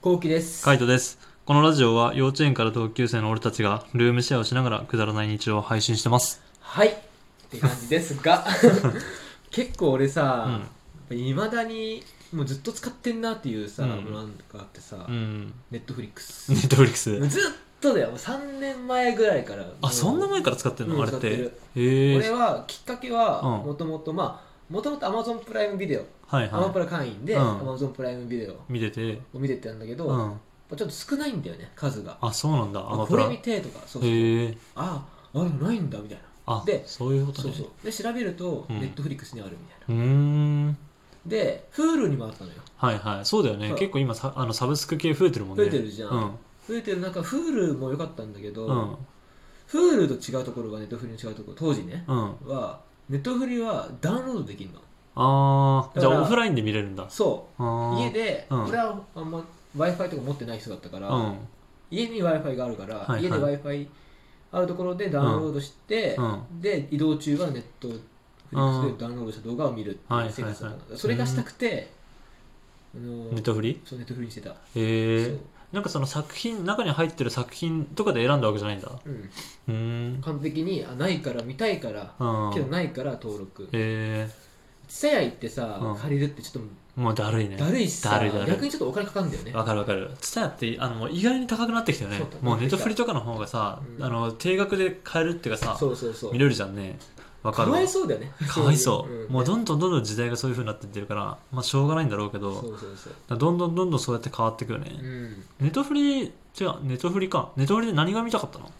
こうきです。カイトです。このラジオは幼稚園から同級生の俺たちがルームシェアをしながらくだらない日常を配信してます。はい。って感じです が、結構俺さ、いまだにもうずっと使ってんなっていうさ、うんものなんかあってさう、ん。ネットフリックス。ネットフリックずっス。とだよ、もう3年前ぐらいから。もあ、うそんな前から使ってんの、うんあれって。使ってへるえ俺ー。はきっかけは、うんもともと、まあ、もともと Amazon プライムビデオ、はいアマプはラ会員で、うん Amazon プライムビデオい。見てて。を見てたんだけど、うまん。あちょっと少ないんだよね、数が。あ、そうなんだ。アマプこラ。れへ見てとか、そうそう。えー。ああ、ないんだみたいな。あで、そういうことそうね。そう。で、調べると、うんネットフリックスにあるみたいな。うーん。で、Hulu にもあったのよ。はいはい。そうだよねそ。う結構今さあのサブスク系増えてるもん増ね。えてるじゃん。うん。増えてる中、Hulu も良かったんだけど、うん。 Hulu と違うところがネットフリの違うところ、当時ね、うん。は、ネットフリはダウンロードできるの。あー。じだゃかあらオフラインで見れるんだ。そあう。ー家。で、うん俺はあんま Wi-Fi とか持ってない人だったから、うん。家に Wi-Fi があるから、はいはい家で Wi-Fi あるところでダウンロードして、うんで、移動中はネットフリックスでダウンロードした動画を見るっていう生活だったのはいはいはいそれがしたくて、あのネットフリそうネットフリにしてた。へえそーう。なんかその作品中に入ってる作品とかで選んだわけじゃないんだうんうーん完璧にあないから見たいからうんけどないから登録えちさやいってさ、うん借りるってちょっー、もうだるいねとだるいしさだるいだるい逆にちょっとお金かかるんだよねわかるわかるツタヤってあのもう意外に高くなってきたよねそうだもうネットフリとかの方がさ、うんあの定額で買えるっていうかさそうそうそう見れるじゃんねわかかるわわいそうだよねかわいそんう、もうどんどんどんどん時代がそういう風になってってるからまあしょうがないんだろうけどそうそうそうだからどんどんどんどんそうやって変わってくよね、うんネットフリ違うネットフリかネットフリで何が見たかったの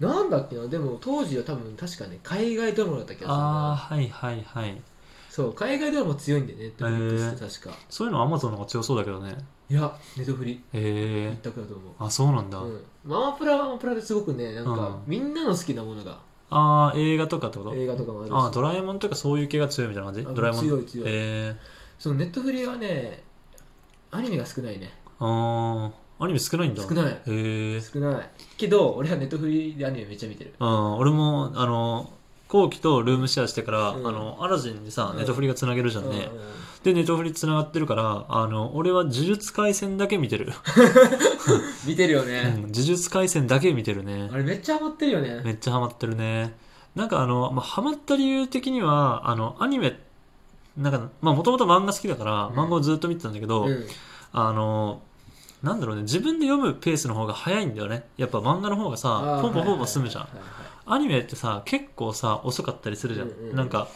なんだっけなでも当時は多分確かね海外ドラマだった気がするああなはいはいはいそう海外ドラマ強いんだよねネットフリックスって確か、そういうのアマゾンの方が強そうだけどねいやネットフリへえ一択だと思うあそうなんだ、うん、ママプラはママプラですごくねなんか、うんみんなの好きなものがああ映画とかってこと映画とかもあるしああドラえもんとかそういう系が強いみたいな感じあドラえもん強い強いえー、そのネットフリはねアニメが少ないねあーアニメ少ないんだ少ないえー、少ないけど俺はネットフリでアニメめっちゃ見てるあー俺もあの後期とルームシェアしてから、うんあのアラジンにさ、うんネットフリがつなげるじゃんね、うんうんでネットフリつながってるからあの俺は呪術廻戦だけ見てる、見てるようん、ね、呪術廻戦だけ見てるねあれめっちゃハマってるよねめっちゃハマってるねなんかあの、まあ、ハマった理由的にはあのアニメなんかまあもともと漫画好きだから、うん漫画をずっと見てたんだけど、うんあのなんだろうね自分で読むペースの方が早いんだよねやっぱ漫画の方がさあーポンポンポンポン進むじゃはんいはいはいはいアニメってさ結構さ遅かったりするじゃん、うんうんうんなんか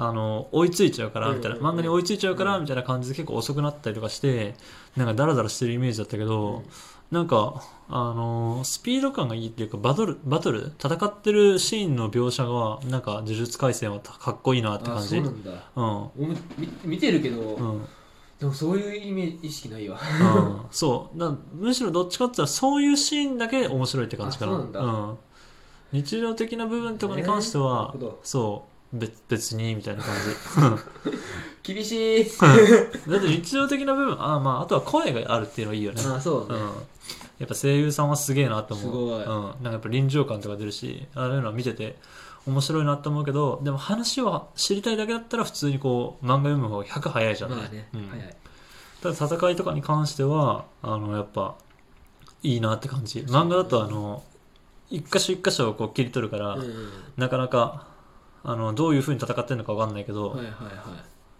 あの追いついちゃうからみたいな、うんうんうん漫画に追いついちゃうからうんみたいな感じで結構遅くなったりとかしてなんかダラダラしてるイメージだったけど、なんかあのスピード感がいいっていうかバトルバトル戦ってるシーンの描写がなんか呪術廻戦はかっこいいなってあ感そじううなんだん俺も見見てるけど、うんでもそういう意味意識ないわ うんそうだむしろどっちかって言ったらそういうシーンだけ面白いって感じかなあそうなんだん日常的な部分とかに関しては、ねなるほどそう別別にみたいな感厳しいじだって日常的な部分あ,、まあ、あとは声があるっていうのはいいよね、あそううね、ん、やっぱ声優さんはすげえなと思うすごいうん、なんかやっぱ臨場感とか出るしああいうのは見てて面白いなと思うけどでも話を知りたいだけだったら普通にこう漫画読む方が100早いじゃん、まあね、うん早いただ戦いとかに関してはあのやっぱいいなって感じ漫画だとあの一箇所一箇所をこう切り取るから、うんうんなかなかあのどういうふうに戦ってるのか分かんないけど、はいはいはい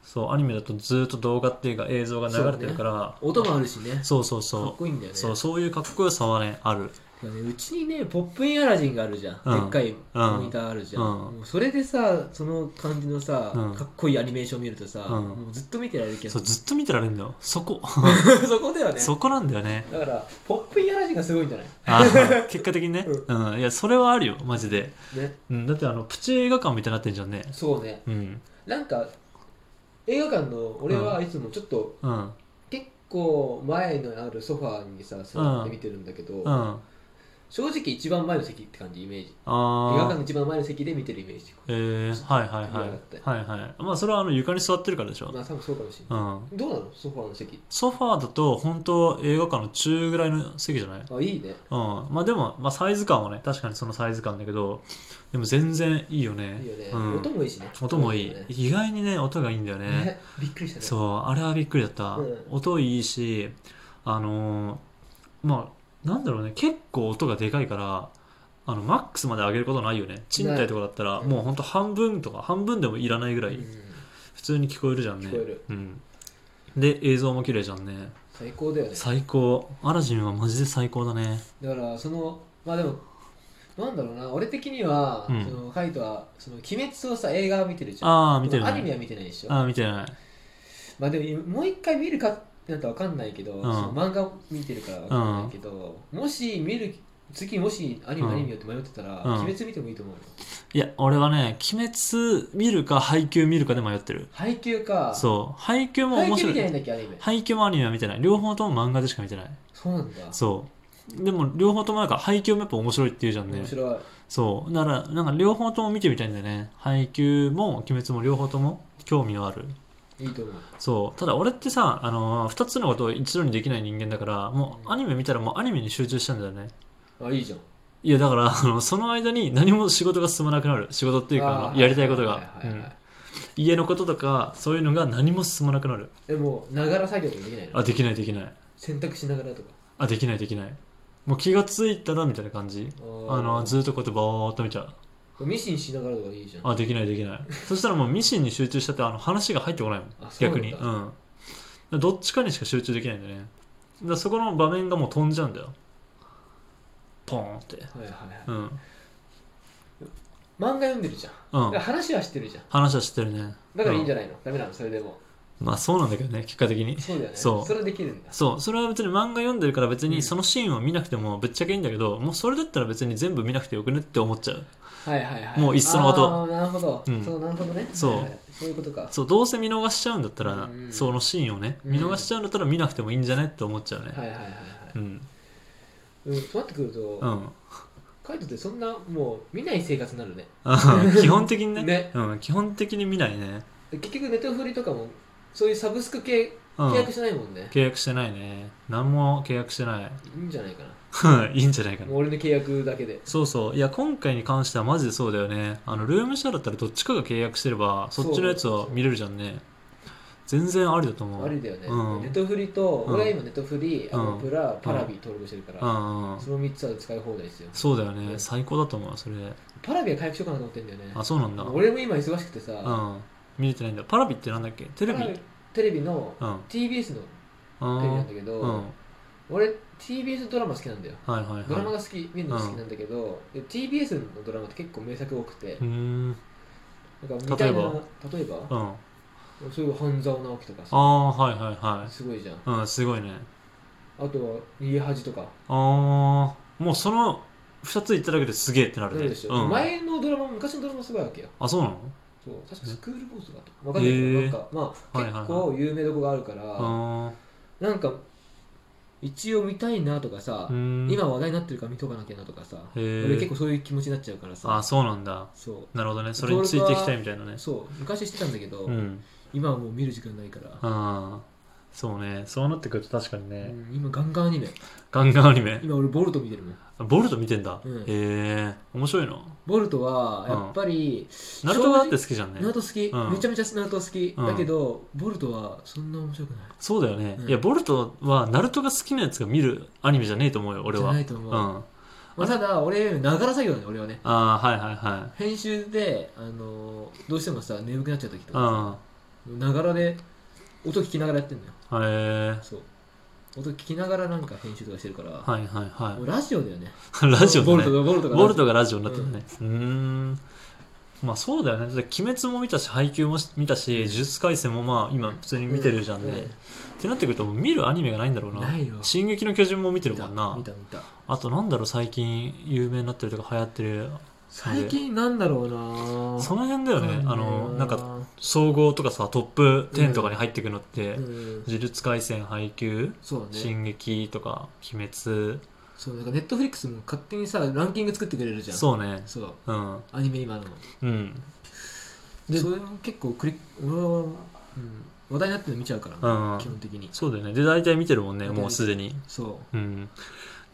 そうアニメだとずっと動画っていうか映像が流れてるから音もあるしねそう,、そうそうかっこいいんだよねそうそういうかっこよさはねあるいやねうちにねポップインアラジンがあるじゃん、うんでっかいモニターあるじゃん、うんもうそれでさその感じのさ、うんかっこいいアニメーション見るとさ、うんもうずっと見てられるけそどうずっと見てられるんだよそこ そこだよね そこなんだ よねだからポップインアラジンがすごいんじゃないあー結果的にね、ううん、いやそれはあるよマジで、ねうん、だってあのプチ映画館みたいになってんじゃんねそうねうんなんか映画館の俺はいつもちょっと、うん結構前のあるソファーにさ座って見てるんだけど、うんあ正直一番前の席って感じイメージ映あ画館の一番前の席で見てるイメージえー、はいはい扉はがあっいてはいはいまあそれはあの床に座ってるからでしょ、まあ多分そうかもしれなうん、い、どうなのソファーの席ソファーだと本当映画館の中ぐらいの席じゃないうんあいいねまあでも、まあ、サイズ感はね確かにそのサイズ感だけどでも全然いいよねいいよね、うん、音もいいしね音もいい、ね意外にね音がいいんだよね ねびっくりしたねそうあれはびっくりだった、うん音いいしあのーまあなんだろうね結構音がでかいからあのマックスまで上げることないよね賃貸とかだったらないもうほんと半分とか半分でもいらないぐらういん普通に聞こえるじゃんね聞こえるうん、で映像も綺麗じゃんね最高だよね最高アラジンはマジで最高だねだからそのまあでもなんだろうな俺的には、うんそのカイトは「その鬼滅」をさ映画を見てるじゃんああ見てるでもアニメねは見てないでしょああ見てないまあでももう一回見るかってなんてわかんないけど、んその漫画を見てるからわかんないけど、もし見る次もしアニメうん何見ようって迷ってたら「うん鬼滅」見てもいいと思うよいや俺はね「鬼滅」見るか「配給」見るかで迷ってる配給かそう配給も配面給白見てないいんだっけアニメ配給もアニメは見てない両方とも漫画でしか見てないそうなんだそうでも両方ともなんか配給もやっぱ面白いって言うじゃんね面白い、そうだからなんか両方とも見てみたいんだよね配給も「鬼滅」も両方とも興味はあるいいと思うそうただ俺ってさ、あのー、2つのことを一度にできない人間だからもうアニメ見たらもうアニメに集中しちゃうんだよねあいいじゃんいやだからあのその間に何も仕事が進まなくなる仕事っていうかああのーやりたいことはいはいがはいうんはい家のこととかそういうのが何も進まなくなるえもうながら作業とかできないのあできないできない洗濯しながらとかあできないできないもう気がついたらみたいな感じああのずっとこうやってぼーっと見ちゃうミシンしながらとかいいじゃんあできないできないそしたらもうミシンに集中しちゃってあの話が入ってこないもんあそうな逆んだにうんだからどっちかにしか集中できないんだよねだからそこの場面がもう飛んじゃうんだよポーンってはいはいはいうんうん漫画読んでるじゃんだから話はしてるじゃん話は知ってるねだからいいんじゃゃないの、ダメなのそれでもまあそうなんだけどね結果的にそうだよねそうそれできるんだそうそれは別に漫画読んでるから別うにんそのシーンを見なくてもぶっちゃけいいんだけど、もうそれだったら別に全部見なくてよくねって思っちゃうはいはいはいもういっそのことあーなるほど、うんそうなるほどねそうはいはいそういうことかそうどうせ見逃しちゃうんだったら、うんそのシーンをねうん見逃しちゃうんだったら見なくてもいいんじゃねって思っちゃうね、はいはいはいはいうんうんそうなってくると、うんカイトってそんなもう見ない生活になるねあ基本的にねねうん、基本的に見ないね、結局ネットフリとかもそういうサブスク系うん、契約してないもんね、契約してないね何も契約してないいいんじゃないかな、いいんじゃないかもなう俺の契約だけでそうそういや今回に関してはマジでそうだよねあのルームシェアだったらどっちかが契約してればそっちのやつは見れるじゃんね全然ありだと思うありだよね、うんネットフリと、うん俺は今ネットフリんアマプラ、パラビ登録してるかうら、んうんその3つは使い放題ですよそうだうよねん最高だと思うそれパラビは回復しようかなと思ってんだよねあそうなんだう俺も今忙しくてさ、ん見れてないんだパラビってなんだっけテレビパラビテレビのうんあ TBS のテレビなーんだけうど、んはい俺 TBS ドラマ好きなんだよはいはいドラマうが好き見るの好きなんだけど、で TBS のドラマって結構名作多くてー、んなんかみたいな例え例えばうんあそういう半沢直樹とかさあーはいはいはすごいじゃんいうんすごいねあとは逃げ恥とかああもうその2つ言っただけですげえってなるなねるでしょ、うん、前のドラマも昔のドラマもすごいわけよあそうなのそう確かえスクールボーイズだとわかんないけど、へーなんかまあ、はいはいはい結構有名どこがあるから、あなんか一応見たいなとかさあ、うん今話題になってるから見とかなきゃなとかさへー俺結構そういう気持ちになっちゃうからあさそうなんだそうなるほどねそれについていきたいみたいなねそう昔してたんだけど、うん今はもう見る時間ないから、ああそうねそうなってくると確かにね、うん今ガンガンアニメガンガンアニメ今俺ボルト見てるもんボルト見てんだ、うんへえ面白いなボルトはやっぱり、ナルトだって好きじゃんねナルト好き、うんめちゃめちゃナルト好き、うんだけどボルトはそんな面白くないそうだよね、うんいやボルトはナルトが好きなやつが見るアニメじゃねえと思うよ俺はじゃないと思ううん、まあ、ただ俺ながら作業だね俺はねああーはいはいはい編集で、あのーどうしてもさ眠くなっちゃう時とうんかさながらで音聞きながらやってんのよへえそう音聞きながらなんか編集とかしてるから、はいはいは もうラジオだよねいラジオボだルねトがボルトがボルトがラジオになってるね。うーん。まあそうだよね。だって鬼滅も見たし、配給も見たし、呪術廻戦もまあ今普通に見てるじゃんね。うんうんってなってくるともう見るアニメがないんだろうな。ないよ進撃の巨人も見てる見もたんな見。た見たあとなんだろう、最近有名になってるとか流行ってる。最近なんだろうなその辺だよね。あの、なんかか、総合とかさ、トップ10とかに入ってくのって、うん、呪術廻戦、配給、そうだね進撃とか、鬼滅。そうなんかネットフリックスも勝手にさランキング作ってくれるじゃんうそうね。そううん。アニメ今のうん。ででそれも結構クリック俺は、うん、話題になってるの見ちゃうから、うん基本的にそうだよね。で、大体見てるもんね、もうすでに。そううん。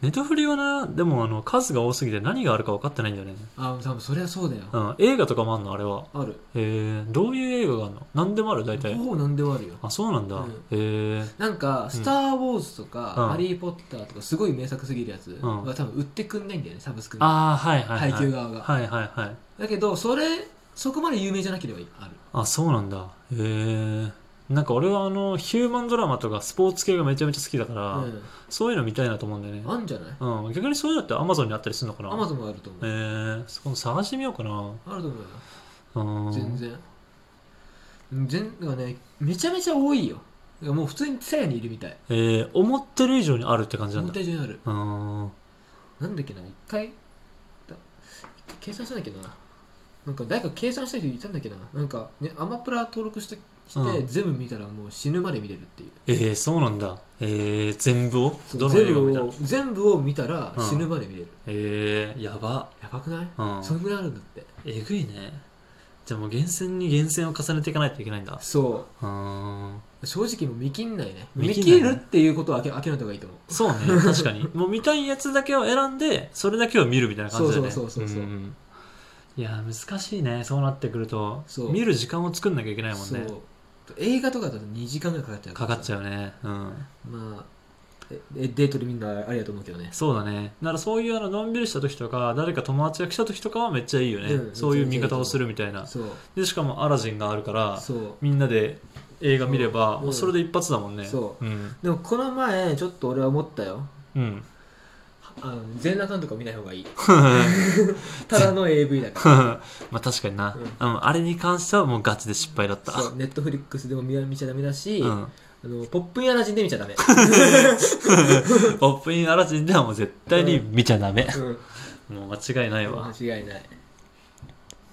ネトフリはな、でもあの数が多すぎて何があるか分かってないんだよね。あ多分それはそうだよ、うん、映画とかもあんのあれは。あるへえどういう映画があるの何でもある大体。ほぼ何でもあるよあ、そうなんだ。うんへえなんか「スター・ウォーズ」とか「うんハリー・ポッター」とかすごい名作すぎるやつんは多分売ってくんないんだよねサブスクにああ、はいはい、はい。配給側がはいはいはい。だけどそれそこまで有名じゃなければいいあるあ、そうなんだ。へえなんか俺はあの、ヒューマンドラマとかスポーツ系がめちゃめちゃ好きだから、うそういうの見たいなと思うんだよねん。あんじゃないうん、逆にそういうのって Amazon にあったりするのかなアマゾンもあると思えうー、そこの探してみようかな。あると思うようん。全然全だからねめちゃめちゃ多いよだからもう普通にツヤにいるみたいえー、思ってる以上にあるって感じなん本だ。体上にあるうん。なんだっけな一回だ計算したんだっけななんか誰か計算した人いたんだっけななんかねアマプラ登録してして、うん全部見たらもう死ぬまで見れるっていうえー、そうなんだ。えー、全部をそうどの映画を見た全部のを全部を見たらうん死ぬまで見れる、えー、やば。やばくない、うん。そんぐらいあるんだってえぐいね。じゃあもう厳選に厳選を重ねていかないといけないんだ。そうん。う正直もう見切んないね見見切んない切るっていうことは諦諦めた方がいいと思うそう ね、確かに。もう見たいやつだけを選んで、それだけを見るみたいな感じだよね。そうそうそうそうそうんいやー、難しいね、そうなってくるとそ。う見る時間を作んなきゃいけないもんそね。う映画とかだと2時間ぐらいかかっちゃうからかっちゃうね。うん。まあええデートでみんなありだと思うけどねそうだね。だからそういうあの、のんびりした時とか、誰か友達が来た時とかはめっちゃいいよね。うんそういう見方をするみたいな。そうで、しかもアラジンがあるから、そうみんなで映画見れば、うんもうそれで一発だもんね。。そうん。でもこの前ちょっと俺は思ったようん。あの全裸監督は見ない方がいいただの AV だか まあ確かにな、うんあの。あれに関してはもうガチで失敗だった。らそうネットフリックスでも見見ちゃダメだし、 うん。あのポップインアラジンで見ちゃダ メ、ポップインアラジンではもう絶対に見ちゃダメ、うん、もう間違いないわ間違いない